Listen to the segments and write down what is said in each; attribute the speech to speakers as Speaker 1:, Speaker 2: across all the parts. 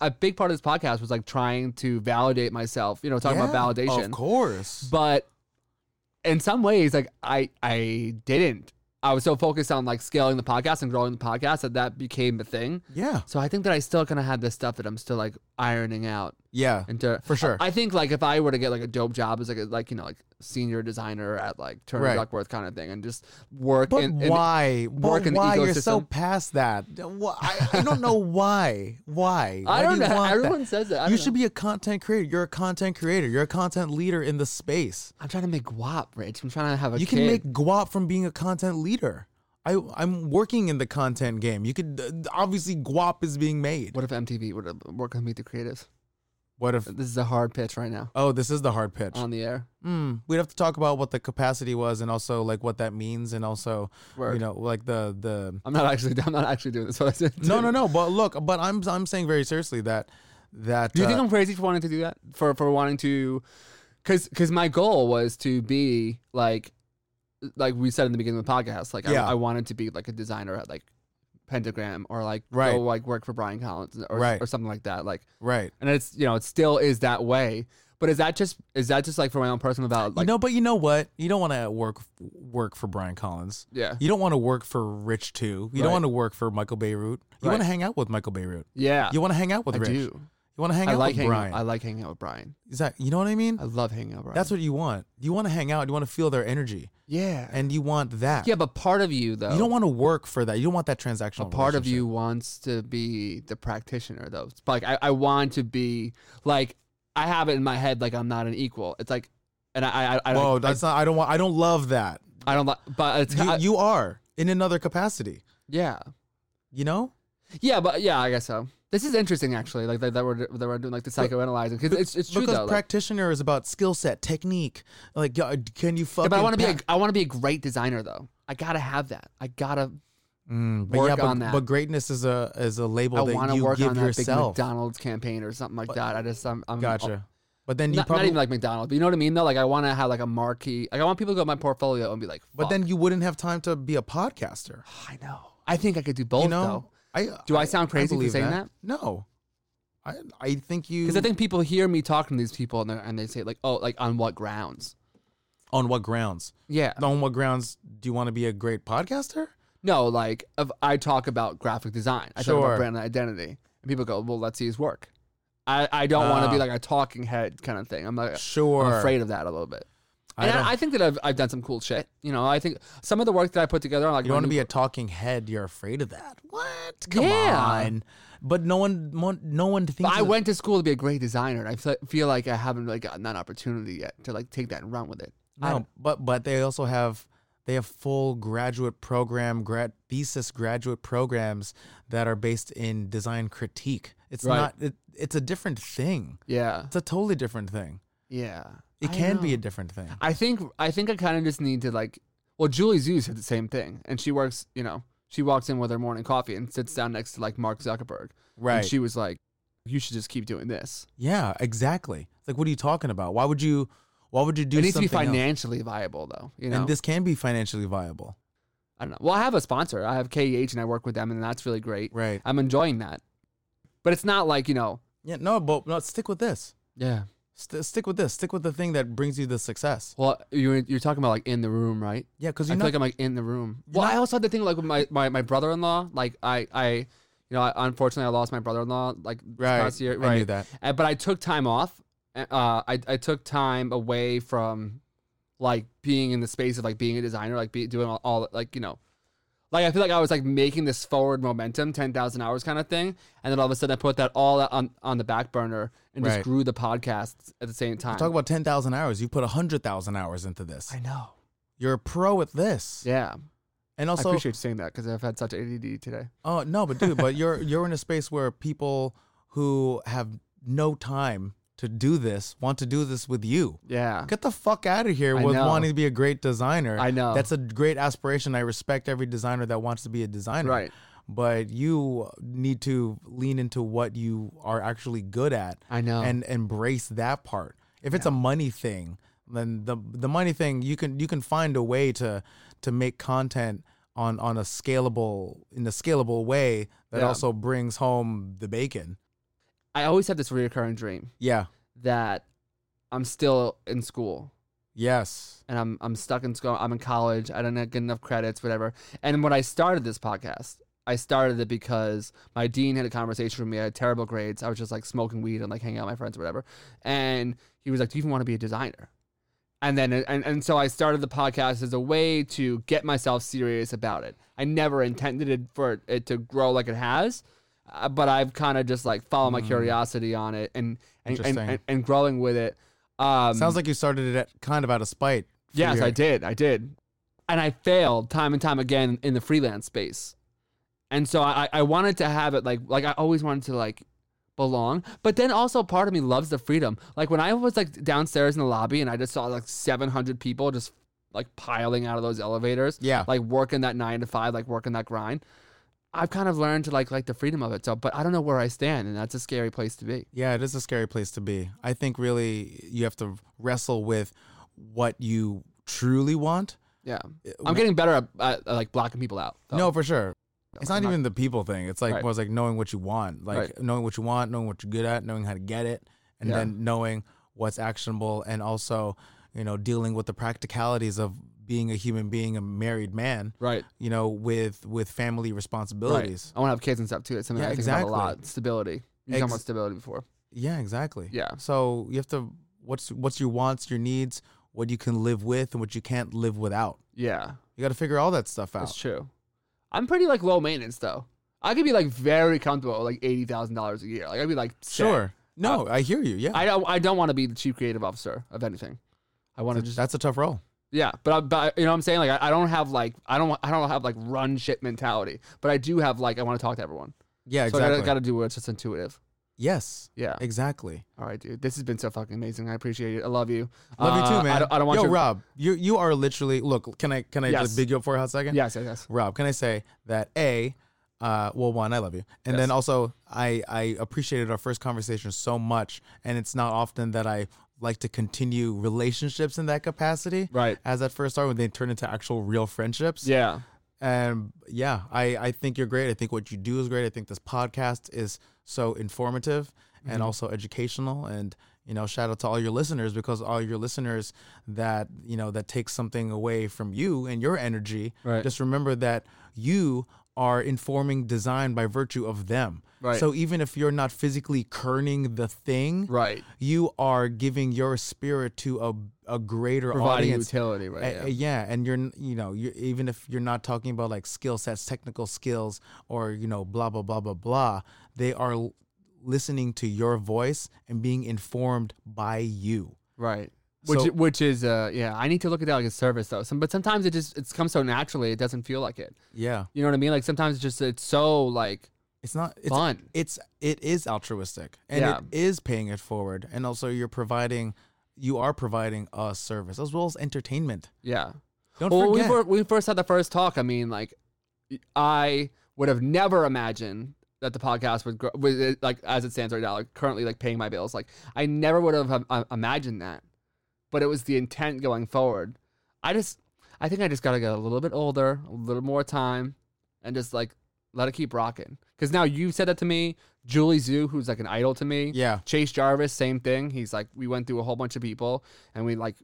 Speaker 1: a big part of this podcast was like trying to validate myself, you know, talking about validation.
Speaker 2: Of course.
Speaker 1: But in some ways, like I I didn't. I was so focused on like scaling the podcast and growing the podcast that that became the thing.
Speaker 2: yeah.
Speaker 1: So I think that I still kind of had this stuff that I'm still like ironing out
Speaker 2: Yeah.
Speaker 1: into
Speaker 2: For sure.
Speaker 1: I think like if I were to get like a dope job as like a like you know like senior designer at like Turner
Speaker 2: Right.
Speaker 1: Duckworth kind of thing and just work
Speaker 2: But
Speaker 1: in, in-
Speaker 2: why?
Speaker 1: work
Speaker 2: but
Speaker 1: in the
Speaker 2: why you're so
Speaker 1: ecosystem.
Speaker 2: past that? Why- I, I don't know why. Why? Why
Speaker 1: I
Speaker 2: do
Speaker 1: don't
Speaker 2: you
Speaker 1: know.
Speaker 2: want
Speaker 1: Everyone
Speaker 2: that?
Speaker 1: says it. I
Speaker 2: You
Speaker 1: don't
Speaker 2: should
Speaker 1: know.
Speaker 2: be a content creator. You're a content creator. You're a content leader in the space.
Speaker 1: I'm trying to make guap, Rich. I'm trying to have a
Speaker 2: You
Speaker 1: kid.
Speaker 2: can make guap from being a content leader. I I'm working in the content game. You could uh, obviously guap is being made.
Speaker 1: What if MTV would have worked with Meet the Creatives?
Speaker 2: What if?
Speaker 1: This is a hard pitch right now
Speaker 2: Oh, this is the hard pitch.
Speaker 1: on the air.
Speaker 2: Mm, we'd have to talk about what the capacity was, and also like what that means, and also you
Speaker 1: Word.
Speaker 2: know like the the
Speaker 1: I'm not actually. I'm not actually doing this. What I said.
Speaker 2: no no no. But look, but I'm I'm saying very seriously that that
Speaker 1: Do you think
Speaker 2: uh,
Speaker 1: I'm crazy for wanting to do that? For for wanting to, because because my goal was to be like, like we said in the beginning of the podcast, like
Speaker 2: Yeah.
Speaker 1: I, I wanted to be like a designer at like Pentagram or like
Speaker 2: Right.
Speaker 1: go like work for Brian Collins or
Speaker 2: Right.
Speaker 1: or something like that. Like,
Speaker 2: right?
Speaker 1: and it's you know it still is that way. But is that just is that just like for my own personal valid? Like,
Speaker 2: you know, but you know what? You don't want to work work for Brian Collins.
Speaker 1: yeah,
Speaker 2: You don't want to work for Rich too. You
Speaker 1: Right.
Speaker 2: don't want to work for Michael Beirut. You
Speaker 1: Right.
Speaker 2: want to hang out with Michael Beirut.
Speaker 1: yeah.
Speaker 2: You want to hang out with
Speaker 1: I
Speaker 2: Rich.
Speaker 1: do.
Speaker 2: You want to hang
Speaker 1: I
Speaker 2: out
Speaker 1: like
Speaker 2: with
Speaker 1: hanging.
Speaker 2: Brian.
Speaker 1: I like hanging out with Brian.
Speaker 2: Is that you know what I mean?
Speaker 1: I love hanging out with Brian.
Speaker 2: That's what you want. You want to hang out. You want to feel their energy,
Speaker 1: yeah.
Speaker 2: and you want that.
Speaker 1: yeah, but part of you though.
Speaker 2: You don't want to work for that. You don't want that
Speaker 1: a
Speaker 2: transactional.
Speaker 1: part of
Speaker 2: relationship.
Speaker 1: you wants to be the practitioner though it's like I, I want to be like i have it in my head like i'm not an equal it's like and i i, I,
Speaker 2: Whoa,
Speaker 1: I,
Speaker 2: that's not. I don't want. I don't love that.
Speaker 1: I don't like but it's
Speaker 2: You,
Speaker 1: I-
Speaker 2: you are in another capacity.
Speaker 1: yeah
Speaker 2: You know.
Speaker 1: yeah but yeah i guess so this is interesting actually like that, that we're that we're doing like the psychoanalyzing because it's, it's true
Speaker 2: because
Speaker 1: though like,
Speaker 2: practitioner is about skill set, technique. Like, yeah, can you
Speaker 1: yeah,
Speaker 2: fucking?
Speaker 1: but i want to be a,
Speaker 2: pack-
Speaker 1: i want to be a great designer though i gotta have that i gotta
Speaker 2: Mm, but
Speaker 1: work
Speaker 2: yeah, but,
Speaker 1: on that.
Speaker 2: but greatness is a is a label
Speaker 1: i
Speaker 2: that
Speaker 1: want to
Speaker 2: you
Speaker 1: work
Speaker 2: give
Speaker 1: on that
Speaker 2: yourself.
Speaker 1: big mcdonald's campaign or something like that i just i'm, I'm
Speaker 2: gotcha. But then you
Speaker 1: Not, not
Speaker 2: probably.
Speaker 1: even like McDonald's, but you know what I mean though. Like I want to have like a marquee. Like I want people to go to my portfolio and be like,
Speaker 2: but
Speaker 1: "Fuck."
Speaker 2: then you wouldn't have time to be a podcaster.
Speaker 1: I know. I think I could do both
Speaker 2: you know. I
Speaker 1: Do I sound crazy for
Speaker 2: believe
Speaker 1: saying
Speaker 2: No. I I think you.
Speaker 1: though, because I think people hear me talking to these people and, they're- and they say like, "Oh, like on what grounds?"
Speaker 2: on what grounds?
Speaker 1: Yeah. No,
Speaker 2: On what grounds do you want to be a great podcaster?
Speaker 1: like if I talk about graphic design, I talk
Speaker 2: Sure.
Speaker 1: about brand identity, and people go, "Well, let's see his work." I, I don't want to be
Speaker 2: Ah.
Speaker 1: like a talking head kind of thing. I'm like,
Speaker 2: Sure.
Speaker 1: I'm afraid of that a little bit.
Speaker 2: I
Speaker 1: And
Speaker 2: don't-
Speaker 1: I, I think that I've, I've done some cool shit. You know, I think some of the work that I put together, like
Speaker 2: You don't want to be a talking head. You're afraid of that. What? Come
Speaker 1: Yeah.
Speaker 2: on. But no one, mon- no one thinks.
Speaker 1: But I
Speaker 2: of-
Speaker 1: went to school to be a great designer, and I fe- feel like I haven't really gotten that opportunity yet to like take that and run with it. I
Speaker 2: No, but but they also have they have full graduate program, grad thesis graduate programs that are based in design critique. It's
Speaker 1: Right.
Speaker 2: not. It, it's a different thing.
Speaker 1: Yeah,
Speaker 2: It's a totally different thing.
Speaker 1: yeah.
Speaker 2: It
Speaker 1: I
Speaker 2: can be
Speaker 1: know.
Speaker 2: a different thing.
Speaker 1: I think I think I kind of just need to like. Well, Julie Zhu said the same thing, and she works. You know, she walks in with her morning coffee and sits down next to like Mark Zuckerberg.
Speaker 2: Right.
Speaker 1: And she was like, "You should just keep doing this.
Speaker 2: yeah. Exactly. It's like, what are you talking about? Why would you? Why would you do
Speaker 1: it needs to be
Speaker 2: something else?
Speaker 1: financially viable, though. You know,
Speaker 2: And this can be financially viable.
Speaker 1: I don't know. Well, I have a sponsor. I have KEH, and I work with them, and that's really great.
Speaker 2: Right.
Speaker 1: I'm enjoying that, but it's not like you know.
Speaker 2: Yeah. No. But no. Stick with this.
Speaker 1: Yeah.
Speaker 2: St- stick with this. Stick with the thing that brings you the success.
Speaker 1: Well, you're you're talking about like in the room, right?
Speaker 2: Yeah, because
Speaker 1: I
Speaker 2: you
Speaker 1: feel
Speaker 2: know.
Speaker 1: like I'm like in the room. Well, I also had the thing like with my, my, my brother in law. Like I I, you know, I, unfortunately I lost my brother in law like this
Speaker 2: Right,
Speaker 1: past year.
Speaker 2: I knew that.
Speaker 1: Uh, but I took time off. Uh, I I took time away from, like being in the space of like being a designer, like be, doing all, all like you know, like I feel like I was like making this forward momentum, ten thousand hours kind of thing, and then all of a sudden I put that all on on the back burner and
Speaker 2: Right.
Speaker 1: just grew the podcast at the same time.
Speaker 2: talk about 10,000 hours. You put 100,000 hours into this.
Speaker 1: I know.
Speaker 2: You're a pro at this.
Speaker 1: Yeah.
Speaker 2: And
Speaker 1: I
Speaker 2: also,
Speaker 1: appreciate you saying that because I've had such ADD today.
Speaker 2: oh, no, but dude, but you're, you're in a space where people who have no time to do this want to do this with you.
Speaker 1: Yeah.
Speaker 2: Get the fuck out of here
Speaker 1: I
Speaker 2: with
Speaker 1: know.
Speaker 2: wanting to be a great designer.
Speaker 1: I know.
Speaker 2: That's a great aspiration. I respect every designer that wants to be a designer.
Speaker 1: Right.
Speaker 2: But you need to lean into what you are actually good at.
Speaker 1: I know.
Speaker 2: and embrace that part. If it's a money thing, then the the money thing you can you can find a way to to make content on on a scalable in a scalable way that
Speaker 1: Yeah.
Speaker 2: also brings home the bacon.
Speaker 1: I always have this recurring dream
Speaker 2: Yeah.
Speaker 1: that I'm still in school
Speaker 2: Yes.
Speaker 1: and I'm I'm stuck in school. I'm in college. I don't get enough credits, whatever. And when I started this podcast, I started it because my dean had a conversation with me. I had terrible grades. I was just like smoking weed and like hanging out with my friends, or whatever. And he was like, "Do you even want to be a designer?" And then and, and so I started the podcast as a way to get myself serious about it. I never intended it for it to grow like it has. Uh, but I've kind of just like followed my curiosity on it and and, and,
Speaker 2: Interesting.
Speaker 1: and, and growing with it. Um,
Speaker 2: Sounds like you started it at, kind of out of spite. for
Speaker 1: Yes,
Speaker 2: your-
Speaker 1: I did. I did. And I failed time and time again in the freelance space. And so I, I wanted to have it like like I always wanted to like belong. But then also part of me loves the freedom. Like when I was like downstairs in the lobby and I just saw like seven hundred people just like piling out of those elevators.
Speaker 2: Yeah.
Speaker 1: Like working that nine to five, like working that grind. I've kind of learned to like like the freedom of it. So but I don't know where I stand and that's a scary place to be.
Speaker 2: Yeah, it is a scary place to be. I think really you have to wrestle with what you truly want. Uh,
Speaker 1: Yeah. I'm getting better at, at, like blocking people out. though.
Speaker 2: No, for sure. It's not
Speaker 1: I'm not-
Speaker 2: even the people thing. It's like
Speaker 1: Right.
Speaker 2: more it's like knowing what you want, like
Speaker 1: Right.
Speaker 2: knowing what you want, knowing what you're good at, knowing how to get it, and
Speaker 1: Yeah.
Speaker 2: then knowing what's actionable, and also you know dealing with the practicalities of being a human being, a married man.
Speaker 1: Right.
Speaker 2: You know, with with family responsibilities.
Speaker 1: I want to have kids and stuff too. It's something
Speaker 2: Yeah,
Speaker 1: I think
Speaker 2: exactly.
Speaker 1: about a lot. Stability. You talked
Speaker 2: Ex-
Speaker 1: about stability before.
Speaker 2: Yeah, exactly.
Speaker 1: Yeah.
Speaker 2: So you have to what's what's your wants, your needs, what you can live with, and what you can't live without.
Speaker 1: Yeah,
Speaker 2: You got to figure all that stuff
Speaker 1: that's
Speaker 2: out.
Speaker 1: true. I'm pretty like low maintenance though. I could be like very comfortable, with, like eighty thousand dollars a year. Like I'd be like set.
Speaker 2: Sure. No, I hear you. Yeah.
Speaker 1: I don't. I don't want to be the chief creative officer of anything. I want to just
Speaker 2: That's a tough role.
Speaker 1: yeah. But I, but you know what I'm saying. Like I, I don't have like I don't I don't have like run shit mentality. But I do have like I want to talk to everyone.
Speaker 2: Yeah,
Speaker 1: So I
Speaker 2: exactly.
Speaker 1: gotta, gotta do what's just intuitive.
Speaker 2: yes.
Speaker 1: Yeah.
Speaker 2: Exactly.
Speaker 1: All right, dude. This has been so fucking amazing. I appreciate it. I love you.
Speaker 2: Love
Speaker 1: Uh,
Speaker 2: you too, man.
Speaker 1: I don't, I don't want
Speaker 2: Yo,
Speaker 1: your
Speaker 2: Rob, you you are literally look. Can I can I
Speaker 1: Yes.
Speaker 2: just big you up for a hot second?
Speaker 1: Yes, yes, yes.
Speaker 2: Rob, can I say that a, uh, well, one, I love you, and
Speaker 1: Yes.
Speaker 2: then also I I appreciated our first conversation so much, and it's not often that I like to continue relationships in that capacity.
Speaker 1: Right.
Speaker 2: As that first started, when they turn into actual real friendships.
Speaker 1: Yeah.
Speaker 2: And yeah, I, I think you're great. I think what you do is great. I think this podcast is so informative
Speaker 1: Mm-hmm.
Speaker 2: and also educational. And, you know, shout out to all your listeners because all your listeners that, you know, that take something away from you and your energy,
Speaker 1: Right.
Speaker 2: just remember that you are informing design by virtue of them.
Speaker 1: Right.
Speaker 2: So even if you're not physically kerning the thing,
Speaker 1: Right.
Speaker 2: you are giving your spirit to a, a greater
Speaker 1: Providing
Speaker 2: audience
Speaker 1: utility, right?
Speaker 2: uh, uh, yeah. and you're n- you know you even if you're not talking about like skill sets technical skills or you know blah blah blah blah blah they are l- listening to your voice and being informed by you
Speaker 1: Right. Which
Speaker 2: So-
Speaker 1: which is uh yeah, I need to look at that like a service though. Some but sometimes it just it's comes so naturally it doesn't feel like it.
Speaker 2: yeah
Speaker 1: You know what I mean? Like sometimes it's just it's so like
Speaker 2: it's not it's
Speaker 1: fun.
Speaker 2: it's it is altruistic and
Speaker 1: Yeah.
Speaker 2: it is paying it forward and also you're providing you are providing a service as well as entertainment
Speaker 1: Yeah.
Speaker 2: don't
Speaker 1: Well, we
Speaker 2: forget
Speaker 1: were, we first had the first talk. I mean, like I would have never imagined that the podcast would grow with it, like as it stands right now, like currently like paying my bills. Like I never would have um, uh, imagined that. But it was the intent going forward. I just I think I just got to get a little bit older, a little more time and just like let it keep rocking. Cuz now you said that to me, Julie Zhu who's like an idol to me.
Speaker 2: yeah
Speaker 1: Chase Jarvis, same thing. He's like, we went through a whole bunch of people, and we like,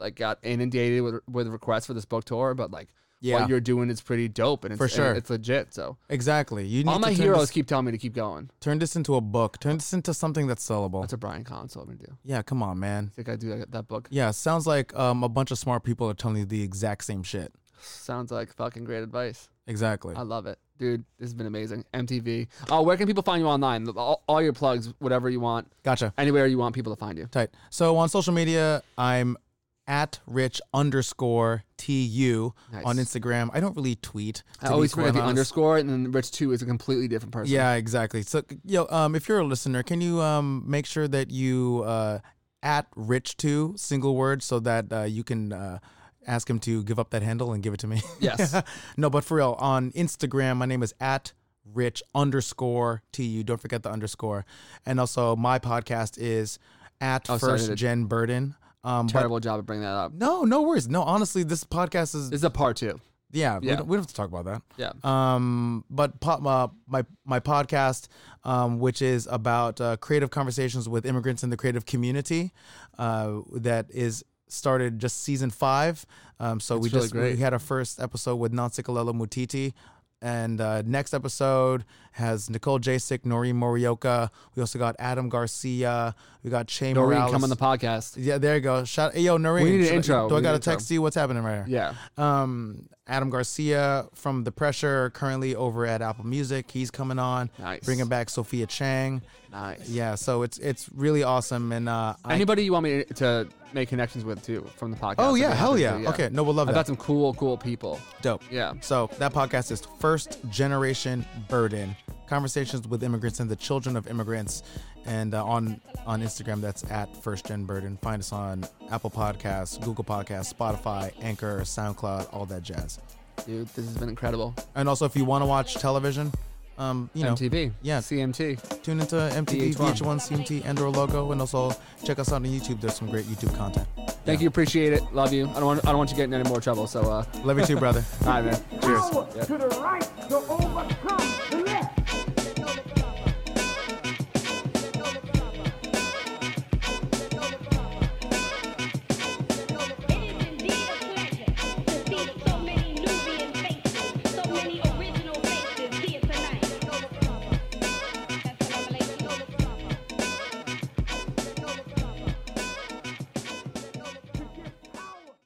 Speaker 1: like got inundated with with requests for this book tour. But like,
Speaker 2: Yeah.
Speaker 1: what you're doing is pretty dope, and it's,
Speaker 2: For
Speaker 1: and
Speaker 2: sure.
Speaker 1: it's legit. So
Speaker 2: exactly you need
Speaker 1: all my
Speaker 2: to turn
Speaker 1: heroes
Speaker 2: this, Oh.
Speaker 1: keep telling me to keep going.
Speaker 2: turn this into a book turn this into something that's sellable
Speaker 1: That's what Brian Collins told me to do.
Speaker 2: yeah come on man
Speaker 1: I think I do that, that book.
Speaker 2: Yeah, sounds like um, a bunch of smart people are telling you the exact same shit.
Speaker 1: Sounds like fucking great advice.
Speaker 2: Exactly.
Speaker 1: I love it, dude. This has been amazing. MTV. Oh, where can people find you online? All, all your plugs, whatever you want,
Speaker 2: Gotcha.
Speaker 1: anywhere you want people to find you.
Speaker 2: Tight. So on social media, I'm at rich underscore tu
Speaker 1: Nice.
Speaker 2: on Instagram. I don't really tweet.
Speaker 1: I
Speaker 2: to be
Speaker 1: always forget
Speaker 2: quite
Speaker 1: the
Speaker 2: honest.
Speaker 1: underscore, and then Rich Two is a completely different person.
Speaker 2: Yeah, exactly. So yo, um, if you're a listener, can you um make sure that you uh at rich tu single word so that uh, you can uh. Ask him to give up that handle and give it to me.
Speaker 1: Yes.
Speaker 2: no, but for real, on Instagram, my name is at rich underscore tu. Don't forget the underscore. And also, my podcast is at
Speaker 1: Oh, sorry,
Speaker 2: first
Speaker 1: the-
Speaker 2: gen burden. Um, but
Speaker 1: Terrible job of bringing that up.
Speaker 2: no, no worries. No, honestly, this podcast is
Speaker 1: This is a part two.
Speaker 2: yeah, We,
Speaker 1: Yeah.
Speaker 2: don't, we don't have to talk about that.
Speaker 1: Yeah.
Speaker 2: Um, but po- uh, my my podcast, um, which is about uh, creative conversations with immigrants in the creative community, uh, that is started just season five. Um, so we
Speaker 1: really
Speaker 2: just
Speaker 1: great.
Speaker 2: we had our first episode with Nansikalelo Mutiti. And uh, next episode has Nicole Jasic, Noreen Morioka. We also got Adam Garcia. We got Che
Speaker 1: Noreen,
Speaker 2: Morales.
Speaker 1: come on the podcast.
Speaker 2: yeah, there you go. Shout, hey, yo, Noreen.
Speaker 1: We need an
Speaker 2: should I-
Speaker 1: intro.
Speaker 2: Do
Speaker 1: We
Speaker 2: I
Speaker 1: need
Speaker 2: got to
Speaker 1: an intro.
Speaker 2: text you? What's happening right here?
Speaker 1: Yeah.
Speaker 2: Um, Adam Garcia from The Pressure, currently over at Apple Music. He's coming on,
Speaker 1: Nice.
Speaker 2: bringing back Sophia Chang.
Speaker 1: Nice.
Speaker 2: Yeah, so it's it's really awesome. And uh, I,
Speaker 1: Anybody you want me to make connections with too from the podcast?
Speaker 2: oh
Speaker 1: I'd be
Speaker 2: yeah, hell
Speaker 1: happy
Speaker 2: yeah.
Speaker 1: to,
Speaker 2: Okay, no, we'll love
Speaker 1: I've got
Speaker 2: that.
Speaker 1: some cool, cool people.
Speaker 2: Dope.
Speaker 1: Yeah.
Speaker 2: So that podcast is First Generation Burden: Conversations with Immigrants and the Children of Immigrants, and uh, on on Instagram that's at First Gen Burden. Find us on Apple Podcasts, Google Podcasts, Spotify, Anchor, SoundCloud, all that jazz.
Speaker 1: Dude, this has been incredible.
Speaker 2: And also, if you want to watch television, um, you know,
Speaker 1: MTV.
Speaker 2: yeah.
Speaker 1: CMT.
Speaker 2: tune into MTV,
Speaker 1: VH1.
Speaker 2: VH1, CMT, and or logo, and also check us out on YouTube. There's some great YouTube content.
Speaker 1: Thank you. Appreciate it. Love you. I don't want. I don't want you getting any more trouble. So, uh, all
Speaker 2: Love you too, brother.
Speaker 1: right, man.
Speaker 2: Cheers.
Speaker 3: power to the right to overcome the left.